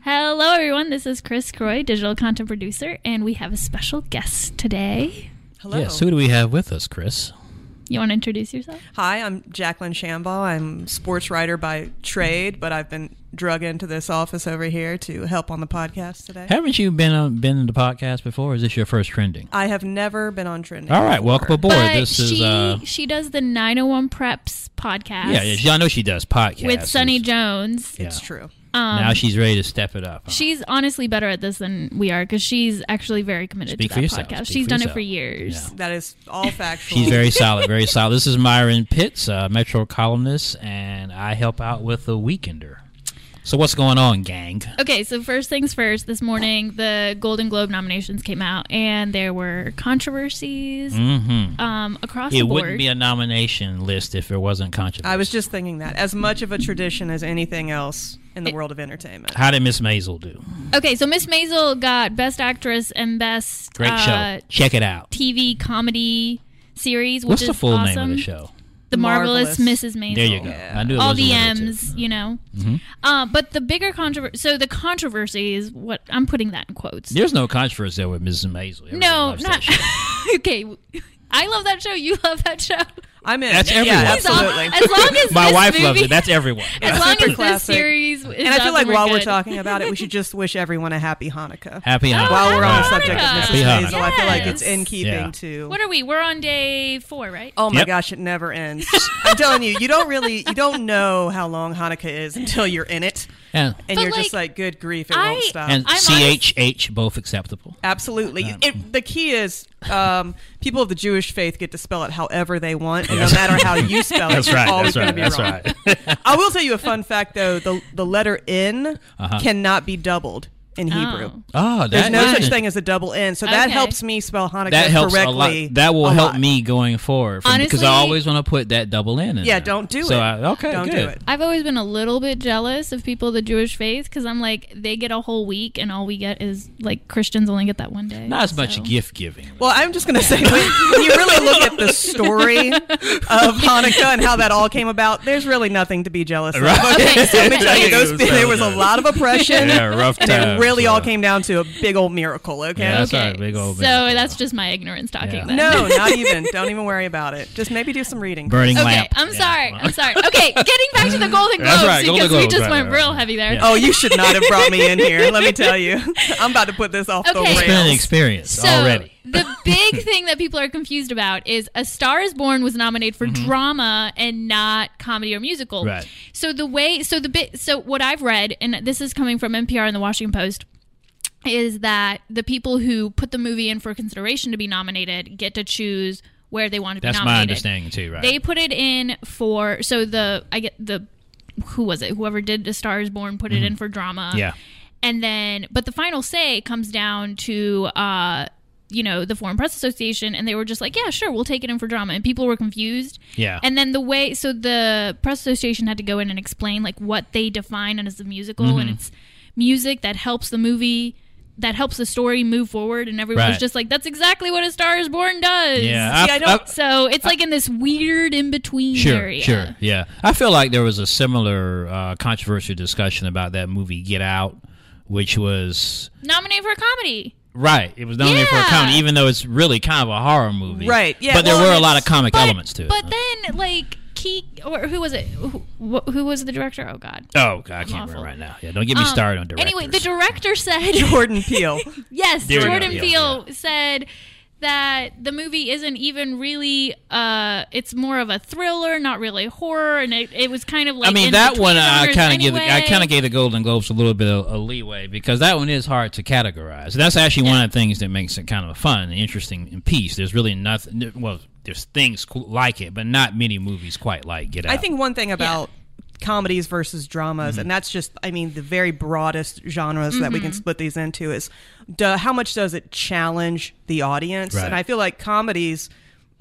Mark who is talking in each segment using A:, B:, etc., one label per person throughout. A: Hello, everyone. This is Chris Croy, digital content producer, and we have a special guest today.
B: Hello.
C: Yes. Who do we have with us, Chris?
A: You want to introduce yourself?
B: Hi, I'm Jacqueline Shambaugh. I'm sports writer by trade, but I've been drug into this office over here to help on the podcast today.
C: Haven't you been on, been in the podcast before? Or is this your first trending?
B: I have never been on trending.
C: All right, welcome
B: before.
C: aboard.
A: but
C: this
A: she
C: is uh,
A: she does the 901 Preps podcast.
C: yeah, yeah. she- I know she does podcasts
A: with Sunny
C: It's-
A: Jones. Um,
C: Yeah.
B: It's true.
C: now she's uh, ready to step it up. huh?
A: She's honestly better at this than we are because she's actually very committed
C: Speak
A: to
C: for
A: that
C: yourself.
A: podcast.
C: Speak
A: she's
C: for
A: done it
C: yourself.
A: for years.
B: That is all factual.
C: She's very solid, very solid. This is Myron Pitts, uh, Metro columnist, and I help out with the Weekender. So what's going on, gang?
A: Okay, so first things first, this morning the Golden Globe nominations came out and there were controversies
C: Mm-hmm.
A: um, across
C: It
A: the board.
C: wouldn't be a nomination list if it wasn't controversial.
B: I was just thinking that. As much of a tradition as anything else in the
A: It-
B: world of entertainment.
C: How did Miss Maisel do?
A: okay, so Miss Maisel got Best Actress and Best
C: Great
A: uh,
C: show. Check it out.
A: TV comedy series. Which
C: What's the
A: is
C: full
A: awesome.
C: name of the show?
A: The Marvelous,
B: Marvelous.
A: Mrs. Maisel.
C: There you go.
B: Yeah.
C: I knew it
A: all
C: was Mm-hmm.
A: the
C: related to-
A: M's, you know. Uh, but the bigger controversy, so the controversy is what I'm putting that in quotes.
C: There's no controversy there with Mrs. Maisel. Everyone
A: no,
C: loves that
A: not
C: shit.
A: okay. I love that show. You love that show.
B: I'm in.
C: That's everyone.
B: Yeah,
A: As long-
B: absolutely.
A: As long as
C: My
A: this
C: wife
A: movie,
C: loves it. That's everyone.
A: as long
B: Super
A: as this
B: classic.
A: series is
B: and I feel
A: up
B: like
A: we're
B: while we're
A: good.
B: talking about it, we should just wish everyone a happy Hanukkah.
C: Happy Hanukkah.
B: While we're on the
A: Happy
B: subject of
A: Hanukkah.
B: Mrs.
C: Happy
B: Maisel, I feel like
A: Yes.
B: it's in keeping
C: Yeah.
B: to
A: What are we? We're on day four, right?
B: Oh my
C: Yep.
B: gosh, it never ends. I'm telling you, you don't really, you don't know how long Hanukkah is until you're in it,
C: And,
B: and
A: But,
B: you're just
A: like,
B: like, good grief, it
A: I-
B: won't stop.
C: and
A: I'm
C: CHH, both acceptable.
B: Absolutely. It, the key is um, people of the Jewish faith get to spell it however they want, and
C: Yes.
B: no matter how you spell it, you're always going to be wrong.
C: right.
B: I will tell you a fun fact, though: the the letter N
C: Uh-huh.
B: cannot be doubled in Hebrew.
A: Oh.
C: oh, that,
B: There's no
C: that-
B: such thing as a double N, so that
A: Okay.
B: helps me spell Hanukkah
C: That helps
B: correctly.
C: a lot. That will
B: a
C: help
B: lot.
C: me going forward from- because
A: Honestly-
C: I always want to put that double in. in
B: Yeah,
C: there.
B: don't do
C: so
B: it.
C: I, okay,
B: don't
C: good.
B: do it.
A: I've always been a little bit jealous of people of the Jewish faith because I'm like they get a whole week and all we get is like Christians only get that one day.
C: Not as much
A: so.
C: gift giving.
B: Well, I'm just going to say, when, when you really look at the story of Hanukkah and how that all came about, there's really nothing to be jealous of.
A: Okay, so
B: Let me tell you,
A: okay.
B: those, there was a lot of oppression,
C: Yeah, rough
B: and it
C: times,
B: really all
C: yeah.
B: came down to a big old miracle, okay?
C: Yeah, that's
A: okay.
C: right, big old
A: so
C: miracle.
A: that's just my ignorance talking.
C: Yeah.
A: Then.
B: No, not even. Don't even worry about it. Just maybe do some reading.
C: Burning
A: Okay,
C: lamp.
A: I'm
C: Yeah.
A: sorry. I'm sorry. Okay, getting back to the Golden
C: That's
A: Globes
C: right, Golden
A: because we
C: Globes,
A: just
C: right,
A: went
C: right,
A: real
C: right.
A: heavy there.
C: Yeah.
B: Oh, you should not have brought me in here, let me tell you. I'm about to put this off
A: Okay.
B: the
C: It's been an
B: rails.
C: experience
A: So
C: already.
A: the big thing that people are confused about is A Star Is Born was nominated for drama and not comedy or musical.
C: Mm-hmm. Right.
A: So the way, so the bit, so what I've read, and this is coming from NPR and the Washington Post. Is that the people who put the movie in for consideration to be nominated get to choose where they want to
C: That's
A: be
C: my
A: nominated?
C: understanding too, right?
A: They put it in for so the I get the who was it? Whoever did A Star Is Born put it in for drama.
C: Mm-hmm. Yeah.
A: and then but the final say comes down to uh you know the Foreign Press Association, and they were just like, "Yeah, sure, we'll take it in for drama." And people were confused.
C: Yeah.
A: And then the way, so the Press Association had to go in and explain like what they define as a musical, and
C: Mm-hmm.
A: it's music that helps the movie, that helps the story move forward. And everyone was
C: Right.
A: just like, "That's exactly what A Star Is Born does."
C: yeah,
B: See, I don't-
A: So it's like in this weird in between
C: Sure,
A: area.
C: sure, yeah. I feel like there was a similar uh, controversial discussion about that movie Get Out, which was
A: Nominated for a comedy.
C: right. It was nominated for
A: Yeah.
C: a comedy, even though it's really kind of a horror movie,
B: Right, yeah,
C: But there
B: well,
C: were a
B: and
C: lot
B: it's-
C: of comic
A: But-
C: elements to it.
A: But then like Key or who was it? Who, wh- who was the director? Oh God.
C: oh, God, I can't
A: Awful.
C: remember right now. Yeah, don't get me
A: Um,
C: started on directors.
A: Anyway, the director said
B: Jordan Peele.
A: yes.
C: There we go,
A: Jordan
C: yeah,
A: Peele said that the movie isn't even really. Uh, it's more of a thriller, not really horror, and it, it was kind of like.
C: I mean
A: in
C: that
A: between
C: one. uh, I
A: genres
C: kind of give. I
A: anyway.
C: kind of gave the Golden Globes a little bit of a leeway because that one is hard to categorize. That's actually one of the things that makes it kind of fun, and interesting, and piece. There's really nothing. Well, there's things qu- like it, but not many movies quite like Get Out.
B: I think one thing about comedies versus dramas,
C: Mm-hmm.
B: and that's just, I mean, the very broadest genres that we can split these into is duh, how much does it challenge the audience?
C: Right.
B: And I feel like comedies.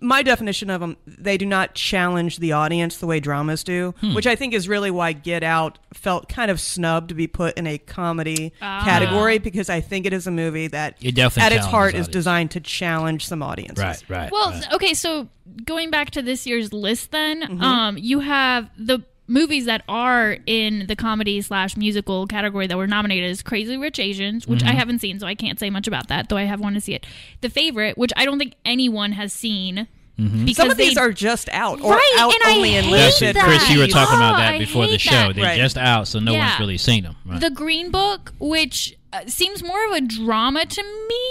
B: My definition of them, they do not challenge the audience the way dramas do,
C: Hmm.
B: which I think is really why Get Out felt kind of snubbed to be put in a comedy category because I think it is a movie that,
C: Ah. It definitely
B: at its
C: challenges
B: heart, is
C: audience.
B: designed to challenge some audiences.
C: Right, right.
A: Well,
C: right.
B: Mm-hmm.
A: okay, so going back to this year's list, then um, you have the movies that are in the comedy slash musical category that were nominated is Crazy Rich Asians, which
B: Mm-hmm.
A: I haven't seen, so I can't say much about that, though I have wanted to see it. The Favorite, which I don't think anyone has seen.
C: Mm-hmm.
A: Because
B: Some of
A: they-
B: these are just out or
A: Right,
B: out
A: and I
B: only in
A: hate
C: That's
B: limited
C: it, Chris. You were
B: release.
C: talking
A: Oh,
C: about
A: I
C: that before the
A: hate
C: show.
A: that.
C: They're
B: Right.
C: just out, so no
A: Yeah.
C: one's really seen them. Right.
A: The Green Book, which uh, seems more of a drama to me.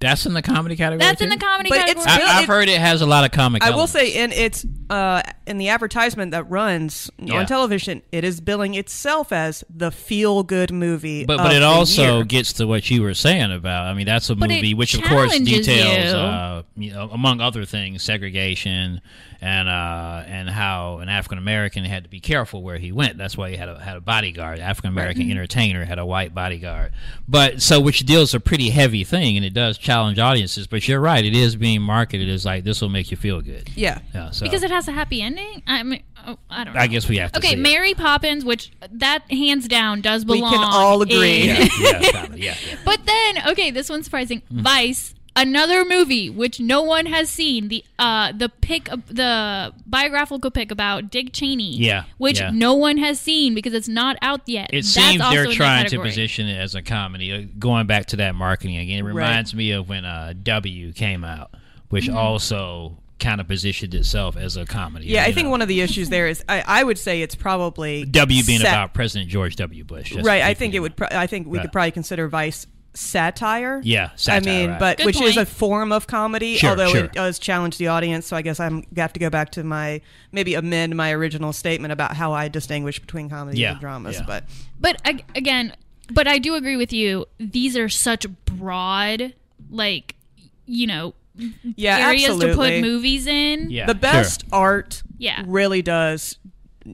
C: That's in the comedy category.
A: That's in
C: too?
A: the comedy
B: But
A: category.
B: it's
C: I,
B: Really,
C: I've heard it has a lot of comic.
B: I will
C: elements.
B: say in its uh, in the advertisement that runs
C: Yeah.
B: on television, it is billing itself as the feel good movie.
C: but
B: of
C: but it
B: the
C: also
B: year.
C: gets to what you were saying about. I mean, that's a
A: But it
C: movie which, of course,
A: challenges
C: details
A: you.
C: uh, you know, among other things segregation and uh, and how an African American had to be careful where he went. That's why he had a had a bodyguard. African American entertainer had a white bodyguard. But so which deals a pretty heavy thing, and it does challenge audiences. But you're right; it is being marketed as like this will make you feel good.
B: yeah.
C: Yeah, so
A: because it has a happy ending. I mean, oh, I don't. Know.
C: I guess we have to.
A: Okay,
C: see it.
A: Mary Poppins, which that hands down does
B: We
A: belong.
B: can all agree.
A: in-
C: Yeah, yeah, probably, yeah, yeah.
A: But then, okay, this one's surprising. Vice, another movie which no one has seen. The uh the pick the biographical pick about Dick Cheney.
C: Yeah,
A: Which
C: yeah.
A: no one has seen because it's not out yet.
C: It
A: That's
C: seems
A: also in
C: they're
A: that
C: trying to
A: category.
C: position it as a comedy. uh, Going back to that marketing again, it reminds me of when uh, W came out, which
A: Mm-hmm.
C: also kind of positioned itself as a comedy.
B: Yeah, I
C: you
B: think
C: know.
B: one of the issues there is I, I would say it's probably
C: W being
B: sat-
C: about President George W. Bush. That's
B: right.
C: what
B: I
C: people
B: think it
C: do.
B: would. Pro- I think we
C: Right.
B: could probably consider Vice satire.
C: Yeah, satire,
B: I mean,
C: right.
B: but
A: Good
B: which is
A: point.
B: a form of comedy,
C: Sure,
B: although
C: sure.
B: it does challenge the audience. So I guess I'm have to go back to my maybe amend my original statement about how I distinguish between comedies
C: Yeah,
B: and dramas.
C: yeah.
B: But
A: But ag- again, but I do agree with you. These are such broad, like you know,
B: yeah,
A: areas
B: absolutely.
A: to put movies in.
C: Yeah,
B: the
C: sure.
B: best art
A: Yeah.
B: really does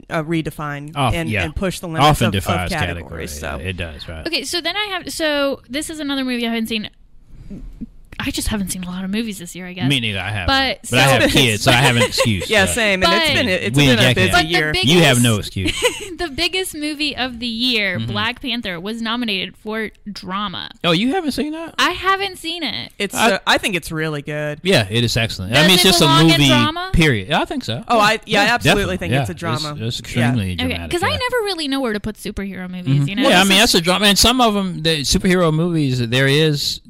B: uh, redefine
C: Off-
B: and,
C: Oh, yeah.
B: and push the limits
C: Often
B: of, of
C: defies
B: categories. So
C: yeah, it does, right?
A: Okay, so then I have so this is another movie I haven't seen. I just haven't seen a lot of movies this year, I guess.
C: Me neither. I have,
A: But-
C: but I
A: so-
C: have kids, so I have an excuse.
B: yeah,
C: so
B: same. and it's
A: But-
B: been it's
C: uh, We
B: been a
C: inject
B: busy
C: that.
A: But the
B: year.
A: big-
C: You
A: Biggest-
C: have no excuse.
A: the biggest movie of the year,
C: Mm-hmm.
A: Black Panther, was nominated for drama.
C: oh, you haven't seen that?
A: I haven't seen it.
B: it's
C: I-
B: uh, I think it's really good.
C: Yeah, it is excellent.
A: Does
C: I mean, it's
A: it
C: just
A: belong
C: a
A: in
C: movie.
A: drama?
C: Period. Yeah, I think so.
B: Oh, I- yeah, I absolutely
C: definitely.
B: think it's a drama.
C: It's, it's
B: Yeah.
C: extremely
A: Okay,
C: dramatic.
A: because I
C: yeah. Mm-hmm.
A: never really know where to put superhero movies. You know,
C: Yeah, I
A: This
C: mean
A: is-
C: that's a drama, and some of them, the superhero movies, there is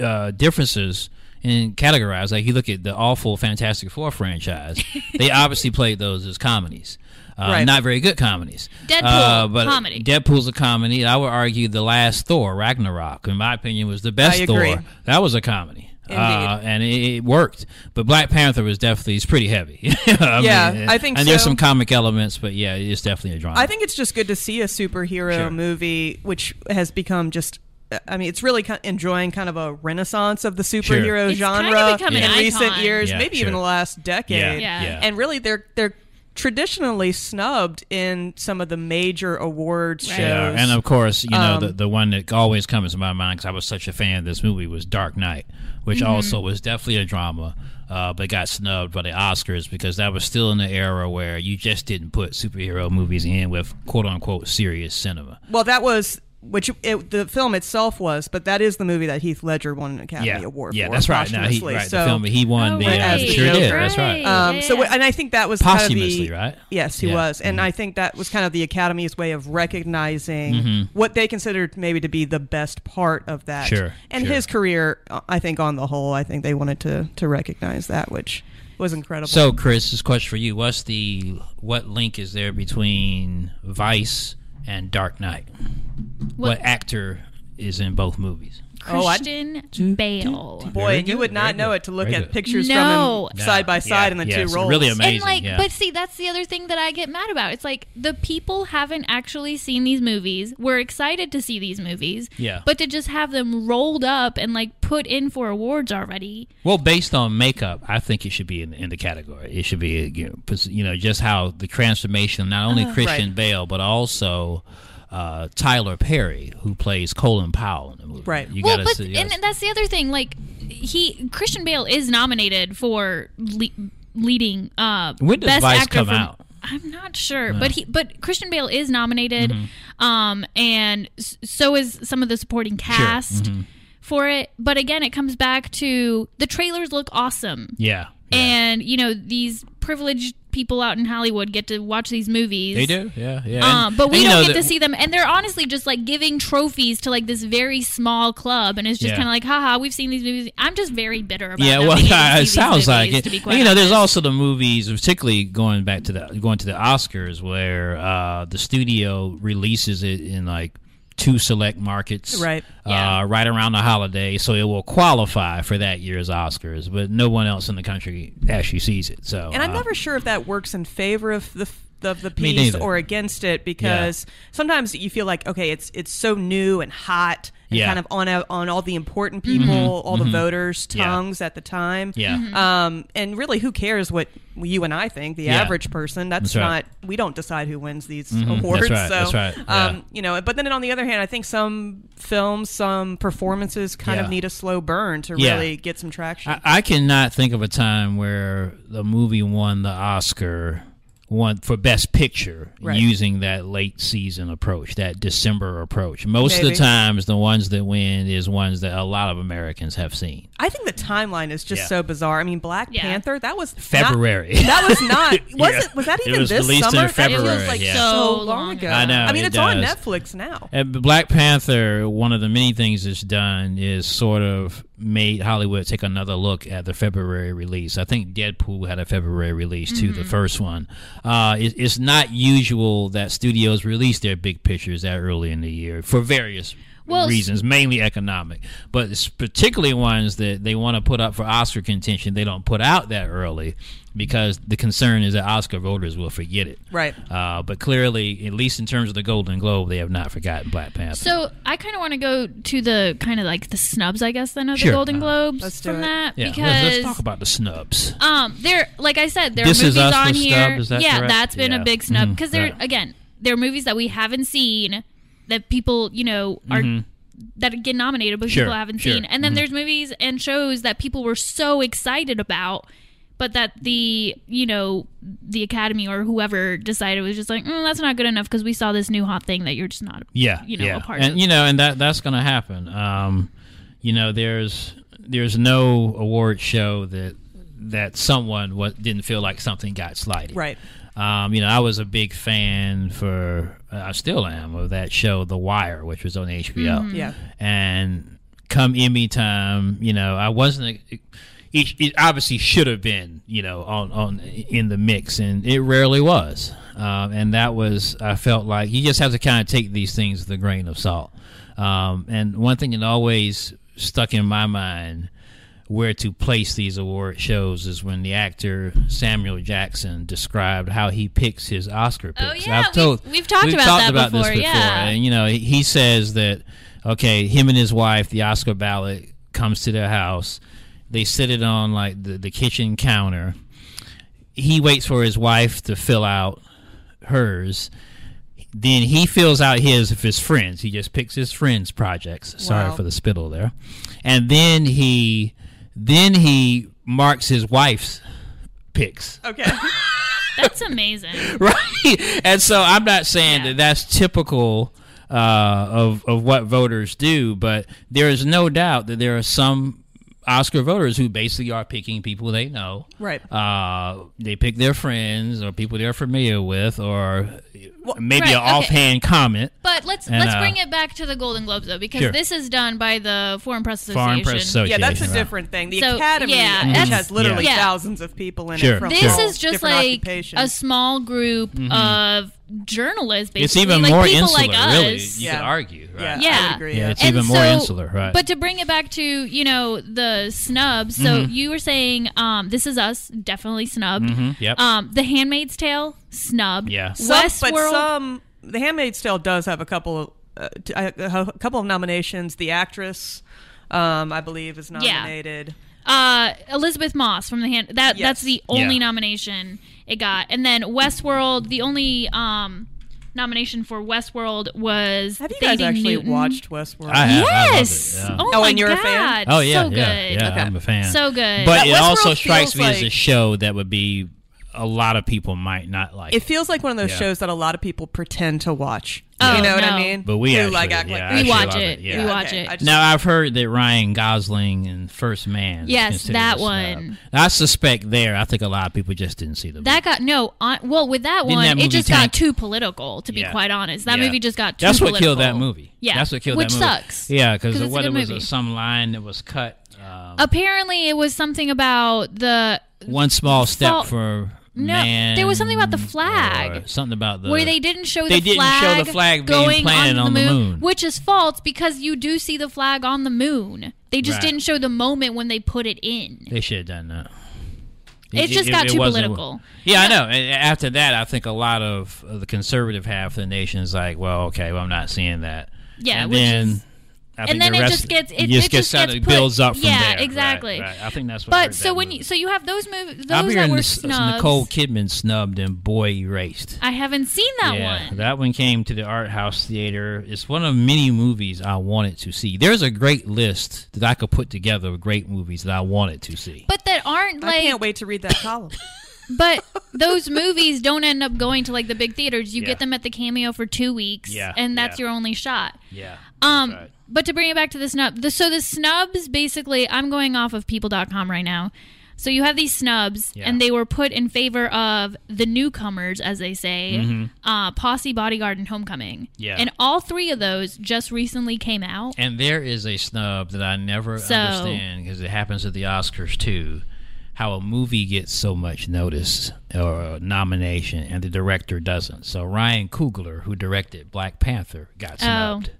C: uh, differences in categorized. Like you look at the awful Fantastic Four franchise; they obviously played those as comedies, uh,
B: Right.
C: not very good comedies.
A: Deadpool,
C: Uh, but
A: comedy.
C: Deadpool's a comedy. I would argue the last Thor, Ragnarok, in my opinion, was the best
B: I agree.
C: Thor. That was a comedy.
B: Indeed.
C: Uh, and it, it worked, but Black Panther was definitely it's pretty heavy. I
B: Yeah, I think
C: and there's
B: so.
C: some comic elements, but yeah, it's definitely a drama.
B: I think it's just good to see a superhero
C: Sure.
B: movie, which has become just. uh, I mean, it's really ki enjoying kind of a renaissance of the
C: Sure.
B: superhero
A: It's kind of
B: genre
A: become
B: in
A: an
B: recent
A: icon.
B: years,
C: Yeah,
B: maybe
C: sure.
B: even the last decade.
A: Yeah. Yeah.
B: And really, they're they're traditionally snubbed in some of the major award shows.
C: Yeah, and of course, you know
B: Um,
C: the, the one that always comes to my mind because I was such a fan of this movie was Dark Knight, which
B: Mm-hmm.
C: also was definitely a drama, uh, but got snubbed by the Oscars because that was still in the era where you just didn't put superhero movies in with quote unquote serious cinema.
B: well, that was. Which it, the film itself was, but that is the movie that Heath Ledger won an Academy
C: Yeah,
B: Award
C: yeah,
B: for.
C: that's right. Now he,
B: posthumously.
C: right,
B: so,
C: the film he won
A: Oh,
C: the
A: right.
C: uh, sure did. That's right.
A: Right.
B: Um,
A: Yeah,
B: so,
A: yeah.
B: and I think that was kind of the-
C: Posthumously, right?
B: Yes, he
C: Yeah. Mm-hmm.
B: was, and I think that was kind of the Academy's way of recognizing what they considered maybe to be the best part of that.
C: Mm-hmm. Sure,
B: and
C: sure.
B: his career, uh, I think, on the whole, I think they wanted to to recognize that, which was incredible.
C: So, Chris, this question for you: What's the what link is there between Vice and Dark Knight?
A: What-
C: what actor is in both movies?
B: Oh, I-
A: Christian
C: Do-
A: Bale.
C: do- do.
B: boy,
C: Very
B: and you
C: good,
B: would not
C: very
B: know
C: good,
B: it to look
C: very
B: at
C: good.
B: pictures
A: No.
B: from him side by
C: Yeah,
B: side in the
C: yeah,
B: two
C: it's
B: roles.
C: really amazing.
A: and like,
C: yeah.
A: but see, that's the other thing that I get mad about. It's like the people haven't actually seen these movies. We're excited to see these movies,
C: Yeah.
A: But to just have them rolled up and like put in for awards already,
C: Well, based on makeup, I think it should be in, in the category. It should be, you know, pos- you know, just how the transformation of not only Christian
B: Uh-huh. Right.
C: Bale but also uh, Tyler Perry, who plays Colin Powell in the movie.
B: Right.
C: You
A: well,
C: gotta
A: but
C: see- you gotta
A: and that's the other thing. Like he, Christian Bale is nominated for le- leading uh,
C: When does
A: best
C: Vice
A: actor
C: come
A: from-
C: out?
A: I'm not sure, but he, but Christian Bale is nominated,
C: Mm-hmm.
A: um, and s- so is some of the supporting cast for it. But again, it comes back to the trailers look awesome,
C: yeah. yeah.
A: and you know these privileged people out in Hollywood get to watch these movies.
C: They do, yeah, yeah.
A: Um,
C: And-
A: but we
C: and you
A: don't
C: know
A: get
C: that-
A: to see them, and they're honestly just like giving trophies to like this very small club, and it's just
C: Yeah.
A: kind of like, haha, we've seen these movies. I'm just very bitter about.
C: Yeah,
A: not
C: well,
A: being able to see
C: it
A: these
C: sounds like
A: movies,
C: it.
A: To be quite
C: And, you know, there's
A: honest.
C: also the movies, particularly going back to the going to the Oscars, where uh, the studio releases it in like two select markets,
B: Right.
C: Uh,
A: Yeah.
C: Right around the holiday, so it will qualify for that year's Oscars, but no one else in the country actually sees it. So,
B: And I'm
C: uh,
B: never sure if that works in favor of the f- of the
C: Me
B: piece
C: neither.
B: or against it because sometimes you feel like okay, it's it's so new and hot and
C: Yeah. Mm-hmm.
B: kind of on a, on all the important people, all the voters'
C: Yeah.
B: tongues at the time.
C: Yeah. Mhm.
B: Um, and really, who cares what you and I think? The
C: Yeah.
B: average person. That's,
C: That's right. Mm-hmm.
B: not. We don't decide who wins these
C: That's
B: awards.
C: right,
B: So
C: that's right, yeah.
B: um, you know. But then on the other hand, I think some films, some performances, kind
C: Yeah.
B: of need a slow burn to
C: Yeah.
B: really get some traction.
C: I, I cannot think of a time where the movie won the Oscar won for Best Picture
B: Right.
C: using that late season approach, that December approach. Most of
B: Maybe.
C: the times, the ones that win is ones that a lot of Americans have seen.
B: I think the timeline is just
C: Yeah.
B: so bizarre. I mean, Black
A: Yeah.
B: Panther that was not-
C: February.
B: that was not. Was
C: Yeah.
B: it? Was that
C: It
B: even
C: was
B: this
C: released in
B: summer? It
C: February,
B: feels like
C: yeah.
B: so
A: So
B: long
A: long
B: ago.
A: ago. I
C: know,
B: I mean,
C: it
B: it's on
C: does.
B: Netflix now.
C: And Uh, Black Panther, one of the many things it's done is sort of made Hollywood take another look at the February release. I think Deadpool had a February release too,
A: Mm-hmm.
C: the first one. Uh, it, it's not usual that studios release their big pictures that early in the year for various
A: Well, s-
C: reasons, mainly economic. But it's particularly ones that they want to put up for Oscar contention, they don't put out that early because the concern is that Oscar voters will forget it.
B: Right.
C: Uh, but clearly, at least in terms of the Golden Globe, they have not forgotten Black Panther.
A: So I kind of want to go to the kind of like the snubs, I guess, then of
C: Sure.
A: the Golden
C: Uh,
A: Globes
B: let's do
A: from
B: it.
A: that
C: yeah,
A: because
C: let's, let's talk about the snubs.
A: um there like i said there
C: This
A: are
C: Is
A: movies
C: Us
A: on
C: was
A: here
C: snubbed, is that
A: yeah
C: correct?
A: that's been
C: Yeah.
A: a big snub
C: Mhm.
A: because they're
C: Yeah.
A: again they're movies that we haven't seen that people you know are that get nominated but
C: Mm-hmm. Sure,
A: people haven't
C: sure. Mm-hmm.
A: seen and then there's movies and shows that people were so excited about but that the you know the academy or whoever decided was just like mm, that's not good enough because we saw this new hot thing that you're just not
C: yeah,
A: you know
C: yeah.
A: a part
C: and
A: of
C: you know, and that that's going to happen. Um, you know, there's there's no award show that that someone was, didn't feel like something got slighted.
B: Right.
C: Um, you know, I was a big fan for uh, I still am of that show, The Wire, which was on HBO.
A: Mm-hmm.
B: Yeah.
C: and come Emmy time, you know, I wasn't. It, it obviously should have been, you know, on on in the mix, and it rarely was. Um, and that was, I felt like you just have to kind of take these things with a grain of salt. Um, and one thing that always stuck in my mind where to place these award shows is when the actor Samuel Jackson described how he picks his Oscar picks.
A: Oh, yeah, we've- we've talked about that
C: this
A: before, yeah.
C: and you know he, he says that okay, him and his wife, the Oscar ballot comes to their house. They sit it on like the, the kitchen counter. He waits for his wife to fill out hers. Then he fills out his of his friends. He just picks his friends' projects. Sorry
B: Wow.
C: for the spittle there. And then he then he marks his wife's picks.
B: Okay.
A: that's amazing
C: Right. And so I'm not saying
A: Yeah.
C: that that's typical uh, of of what voters do, but there is no doubt that there are some Oscar voters who basically are picking people they know.
B: Right.
C: Uh, they pick their friends or people they're familiar with, or maybe
A: right, okay.
C: an offhand comment.
A: But let's
C: And,
A: let's
C: uh,
A: bring it back to the Golden Globes though, because
C: Sure.
A: this is done by the Foreign Press Association.
C: Foreign Press Association.
B: Yeah, that's a
C: right.
B: different thing. The
A: So,
B: Academy,
A: yeah,
B: which
A: that's-
B: has literally
A: Yeah.
B: thousands of people in
C: Sure.
B: it. From
A: This
B: all
A: is just
B: different
A: like
B: occupations.
A: a small group of journalists, basically.
C: Mm-hmm. It's even
A: like
C: more
A: people
C: insular,
A: like us.
C: really. You
B: Yeah.
C: could argue, right?
B: yeah, I
A: Yeah.
B: would agree.
C: Yeah,
B: Yeah.
C: it's even more insular, right?
A: But to bring it back to you know the snubs, so
C: Mm-hmm.
A: you were saying um, this is us definitely snubbed.
C: Mhm, yep.
A: Um, the Handmaid's Tale snubbed.
C: Yeah.
B: Some-
A: Westworld.
B: but some The Handmaid's Tale does have a couple uh, t- a, a couple of nominations. The actress, um, I believe, is
A: Yeah.
B: nominated.
A: uh, Elizabeth Moss from the hand that
B: Yes.
A: that's the only
C: Yeah.
A: nomination it got, and then Westworld. The only um, nomination for Westworld was
B: Have you guys
A: Thadating
B: actually
A: Newton.
B: watched Westworld?
C: I have. I love it,
A: Yes.
C: yeah.
A: Oh,
B: Oh,
A: my
B: and you're a
A: god.
B: fan?
C: Oh yeah,
A: so good.
C: yeah, yeah.
B: Okay.
C: I'm a fan.
A: So good.
C: But
B: That
C: it also
B: Westworld
C: strikes me
B: feels
C: as a
B: like-
C: show that would be a lot of people might not like.
B: It feels like one of those
C: Yeah.
B: shows that a lot of people pretend to watch.
A: Oh,
B: you know what
A: no.
B: I mean?
C: But we
B: Who,
C: actually-
B: act
C: yeah,
A: we
C: actually
A: watch
C: love
A: it.
C: it, yeah.
A: We watch
B: Okay, I
A: it.
B: just-
C: now I've heard that Ryan Gosling and First Man. is
A: Yes,
C: considered
A: that
C: a snub.
A: one.
C: I suspect there. I think a lot of people just didn't see the.
A: That got no. On, well, with that
C: Didn't
A: one,
C: that
A: it
C: movie
A: just
C: tank?
A: got too political. To be
C: Yeah.
A: quite honest, that
C: Yeah.
A: movie just got too.
C: That's what
A: political.
C: killed that movie.
A: Yeah,
C: that's what killed
A: which
C: that movie.
A: sucks.
C: Yeah, because
A: 'Cause it's a
C: what it
A: good
C: was uh,
A: movie. Uh,
C: some line that was cut. Um,
A: Apparently, it was something about the
C: one small step
A: Fall-
C: for
A: No,
C: man.
A: there was something about the
C: or
A: flag.
C: Something about the
A: where they didn't show the
C: they didn't
A: flag
C: show the flag being
A: going
C: planted
A: onto
C: on the moon.
A: which is false because you do see the flag on the moon. They just
C: Right.
A: didn't show the moment when they put it in.
C: They should have done that.
A: It just got too
C: wasn't-
A: political.
C: Yeah, I know. And after that, I think a lot of of the conservative half of the nation is like, "Well, okay, well, I'm not seeing that."
A: Yeah,
C: and
A: which
C: then
A: is-
C: I
A: and
C: think
A: then
C: the
A: it
C: rest-
A: just gets- it-
C: it
A: it
C: just
A: just
C: gets out.
A: gets
C: It
A: put-
C: builds up from
A: yeah,
C: there. Right,
A: exactly.
C: right. I think that's what. hurt
A: But so
C: that
A: when
C: movie.
A: you so you have those movies, those
C: I'm
A: that
C: hearing
A: were
C: this-
A: snubs.
C: Nicole Kidman snubbed in Boy Erased.
A: I haven't seen that
C: yeah,
A: one.
C: that one came to the Art House Theater. It's one of many movies I wanted to see. There's a great list that I could put together of great movies that I wanted to see.
A: but that aren't
B: I
A: like
B: can't wait to read that column.
A: but those movies don't end up going to like the big theaters. You
C: Yeah.
A: get them at the cameo for 2 weeks
C: Yeah,
A: and that's
C: yeah.
A: your only shot.
C: yeah.
A: Um,
C: Right.
A: But to bring it back to the snub, the, so the snubs basically, I'm going off of people.com right now. So you have these snubs,
C: Yeah.
A: and they were put in favor of the newcomers, as they say, uh, Posse, Bodyguard, and Homecoming.
C: Mm-hmm. Yeah.
A: And all three of those just recently came out.
C: And there is a snub that I never
A: So-
C: understand because it happens at the Oscars too. How a movie gets so much notice or nomination and the director doesn't. So Ryan Coogler, who directed Black Panther, got snubbed.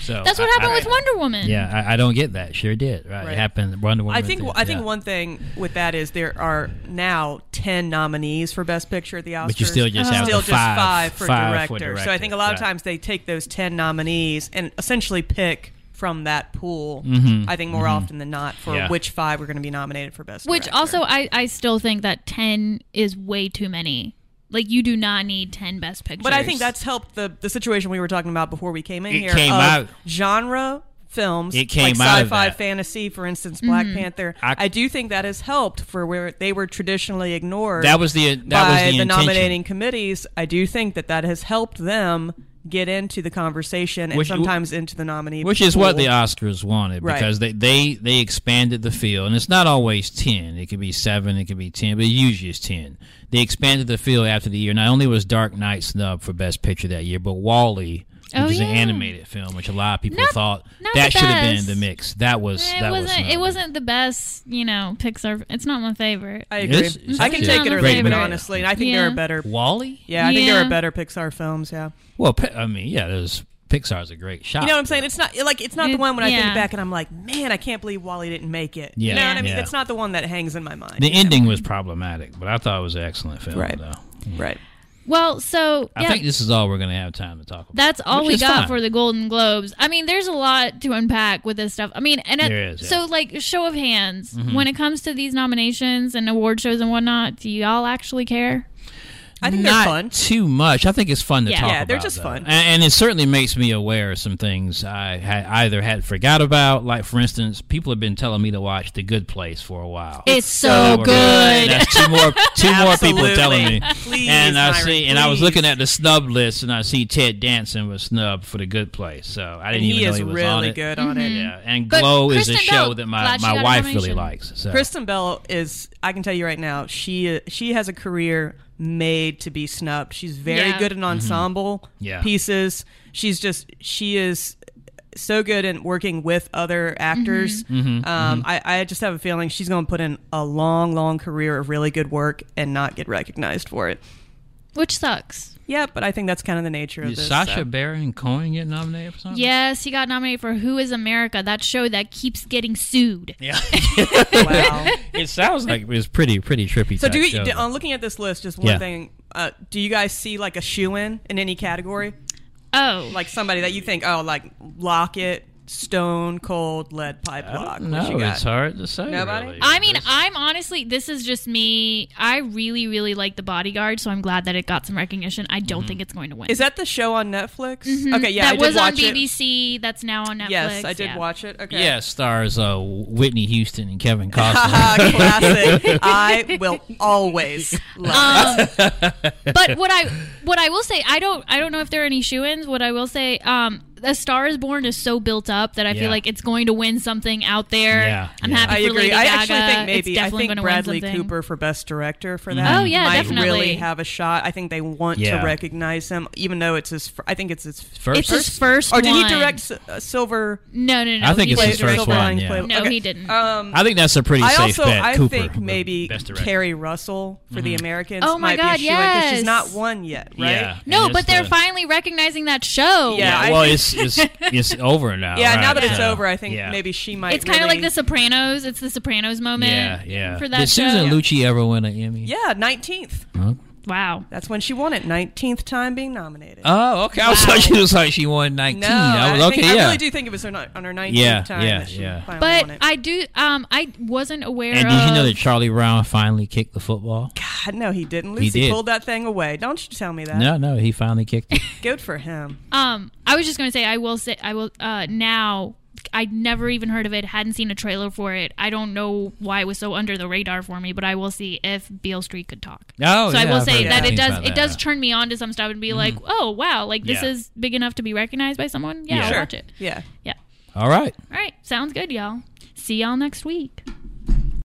C: So
A: Oh. That's what
C: I-
A: happened
C: I-
A: with Wonder Woman.
C: Yeah, I, I don't get that. Sure did. Right,
B: Right.
C: it happened. Wonder Woman.
B: I think
C: did,
B: I think
C: yeah.
B: one thing with that is there are now ten nominees for Best Picture at the Oscars.
C: But you still
A: Uh-huh.
C: just have
B: still
C: the
B: just
C: five,
B: five for,
C: five
B: director.
C: for
B: So I think a lot of
C: right.
B: times they take those ten nominees and essentially pick from that pool. I think more often than not for
C: Mm-hmm. Yeah.
B: which five are going to be nominated for Best.
A: Which
B: Director.
A: also, I, I still think that 10 is way too many. Like, you do not need 10 best pictures.
B: But I think that's helped the the situation we were talking about before we came in
C: It
B: here.
C: came
B: of
C: out-
B: genre films.
C: It came
B: like
C: out of
B: sci-fi
C: that.
B: fantasy, for instance, Black
A: Mm-hmm.
B: Panther.
C: I-
B: I, do think that has helped for where they were traditionally ignored.
C: That was the that
B: by
C: was the,
B: the,
C: intention.
B: nominating committees. I do think that that has helped them get into the conversation and
C: Which-
B: sometimes into the nominee.
C: Which is what the
B: pool.
C: Oscars wanted
B: Right.
C: because they, they, they expanded the field. And it's not always 10. It could be 7, it could be 10, but usually it's 10. They expanded the field after the year. Not only was Dark Knight snubbed for Best Picture that year, but Wally, which
A: Oh,
C: is an
A: yeah.
C: animated film, which a lot of people
A: Not-
C: thought
A: not
C: that
A: the
C: should have been in
A: best.
C: the mix. That was.
A: Eh, It
C: that was
A: wasn't.
C: snubbed.
A: it wasn't the best, you know, Pixar. It's not my favorite.
B: I agree.
C: It's- it's
B: I can
C: actually
B: take it
A: a
B: or
A: great
B: leave it,
A: movie.
B: honestly. And I think there
A: Yeah.
B: are better.
C: Wally?
B: Yeah, I think there
A: Yeah.
B: are better Pixar films. Yeah,
C: Well, Pi- I mean, yeah, there's, Pixar's a great shot.
B: you know what I'm saying. It's not like it's not
A: It-
B: the one when I
A: yeah.
B: think back and I'm like, man, I can't believe Wally didn't make it.
C: Yeah.
B: You know what I mean?
C: Yeah.
B: It's not the one that hangs in my mind.
C: The ending was problematic, but I thought it was an excellent film,
B: Right.
C: though.
B: right.
A: Well, so
C: I
A: yeah,
C: think this is all we're going to have time to talk about.
A: that's all
C: which
A: we
C: is
A: got
C: fine.
A: for the Golden Globes. I mean, there's a lot to unpack with this stuff. I mean, and it-
C: There is, Mm-hmm. yeah.
A: so like show of hands when it comes to these nominations and award shows and whatnot. Do y'all actually care?
B: I think they're
C: not
B: fun.
C: too much. I think it's fun to
A: Yeah.
C: talk
A: Yeah,
B: they're
C: about,
B: just
C: though.
B: fun.
C: A- and, it certainly makes me aware of some things I had either had forgot about. Like for instance, people have been telling me to watch The Good Place for a while.
A: It's
C: That
A: so
C: were-
A: good.
C: That's two more two more people
B: Absolutely.
C: telling me.
B: Please,
C: and I
B: Myron,
C: see, and I was
B: please.
C: looking at the snub list, and I see Ted Danson was snubbed for The Good Place. So I
B: And
C: didn't
B: he
C: even know
B: is
C: he was on
B: really
C: it. Mm-hmm.
B: good on it.
C: Yeah, and
A: But
C: Glow is a
A: Kristen
C: show
A: Bell,
C: that my,
A: glad she got
C: my
A: a
C: wife really
A: nomination.
C: likes. So.
B: Kristen Bell is. I can tell you right now, she she has a career made to be snubbed. She's very
A: Yeah.
B: good in ensemble
C: Mm-hmm. Yeah.
B: pieces. She's just she is so good in working with other actors. Um,
C: Mm-hmm.
B: I, I just have a feeling she's going to put in a long, long career of really good work and not get recognized for it.
A: Which sucks.
B: Yeah, but I think that's kind of the nature of
C: Did
B: this.
C: Sasha
B: so.
C: Baron Cohen get nominated for
B: Um,
C: something?
A: Yes, he got nominated for Who Is America? That show that keeps getting sued.
C: Yeah.
B: Wow.
C: it sounds like it was pretty pretty trippy.
B: So
C: type
B: do you,
C: show.
B: do, on looking at this list, just one
C: Yeah.
B: thing. Uh, do you guys see like a shoe in in any category?
A: Oh,
B: Like somebody that you think, oh, like Lockett, stone cold lead pipe
C: I
B: rock.
C: don't
B: What you
C: know.
B: got?
C: It's hard to say.
B: Nobody?
C: really.
A: I mean,
C: This-
A: I'm honestly, this is just me. I really, really like The Bodyguard, so I'm glad that it got some recognition. I don't think it's going to win.
B: Mm-hmm. Is that the show on Netflix? Okay,
A: Mm-hmm. that
B: yeah, I did
A: was on
B: watch it.
A: BBC. That's now on Netflix.
B: Yes, I did
A: yeah.
B: watch it. Okay.
C: yeah, it stars uh, Whitney Houston and Kevin Costner.
B: Haha, Classic. I will always love
A: Um, but what I what I will say, I don't I don't know if there are any shoe-ins. What I will say, um, A Star Is Born is so built up that I
C: Yeah.
A: feel like it's going to win something out there.
C: Yeah,
A: I'm
C: yeah.
A: happy
B: I
A: for
B: agree.
A: Lady
B: I
A: Gaga.
B: actually think
A: It's
B: maybe I
A: definitely
B: think
A: gonna
B: Bradley
A: win something.
B: Cooper for best director for that.
A: Oh, yeah,
B: might
A: definitely.
B: really have a shot. I think they want
C: Mm-hmm. Yeah.
B: to recognize him, even though it's his. fir- I think it's his. fir-
C: First,
A: It's his first.
B: or did he
A: one.
B: direct S- uh, Silver?
A: No, no, no.
C: I think
A: he
C: it's
A: didn't
C: his first
A: direct
B: Silver
C: one,
B: Lining
C: yeah.
B: Playbook?
A: No,
B: Okay.
A: he didn't.
B: Um,
C: I think that's a pretty
B: I
C: safe
B: also
C: bet.
B: I
C: Cooper,
B: think
C: the
B: maybe
C: best director. Mm-hmm.
B: Carrie Russell for the Americans.
A: Oh my
B: might
A: God,
B: be a because
A: yes.
B: she's not won yet, right?
C: Yeah.
A: no,
C: and
A: but
C: it's
A: they're
C: the-
A: finally recognizing that show.
B: Yeah,
C: Yeah,
B: I
C: well,
B: think-
C: it's, it's it's over now.
B: Yeah,
C: right?
B: now that it's
C: So,
B: over, I think
C: yeah.
B: maybe she might.
A: It's kind of like
B: really-
A: The Sopranos. It's the Sopranos moment.
C: Yeah, yeah.
A: For that
C: Did Susan
A: show.
C: Lucci ever win an Emmy?
B: Yeah, nineteenth.
C: Huh?
A: Wow.
B: That's when she won it. Nineteenth time being nominated.
C: Oh, okay. I was
A: Wow.
C: like, she was like she won nineteen.
B: no,
C: I was
B: I
C: okay.
B: think,
C: yeah.
B: I really do think it was her, ni- on her nineteenth
C: Yeah,
B: time
C: yeah,
B: that she
C: yeah.
B: finally won
A: But
B: it.
A: I do. Um, I wasn't aware.
C: And did you know
A: of-
C: that Charlie Brown finally kicked the football?
B: God, no, he didn't. Lucy
C: did.
B: pulled that thing away. Don't you tell me that.
C: No, no, he finally kicked it.
B: Good for him.
A: Um, I was just gonna say, I will say, I will. Uh, now I never even heard of it. Hadn't seen a trailer for it. I don't know why it was so under the radar for me, but I will see if Beale Street could talk.
C: Oh,
A: so I
C: yeah,
A: will
C: I've
A: say
C: heard
A: that
C: good
A: it
C: things
A: does
C: about
A: it
C: that. Mm-hmm.
A: does turn me on to some stuff and be like, oh wow, like this
C: Yeah.
A: is big enough to be recognized by someone. Yeah,
C: Yeah.
A: I'll
C: Sure.
A: watch it.
B: Yeah.
A: Yeah.
C: All right.
A: All right, sounds good, y'all. See y'all next week.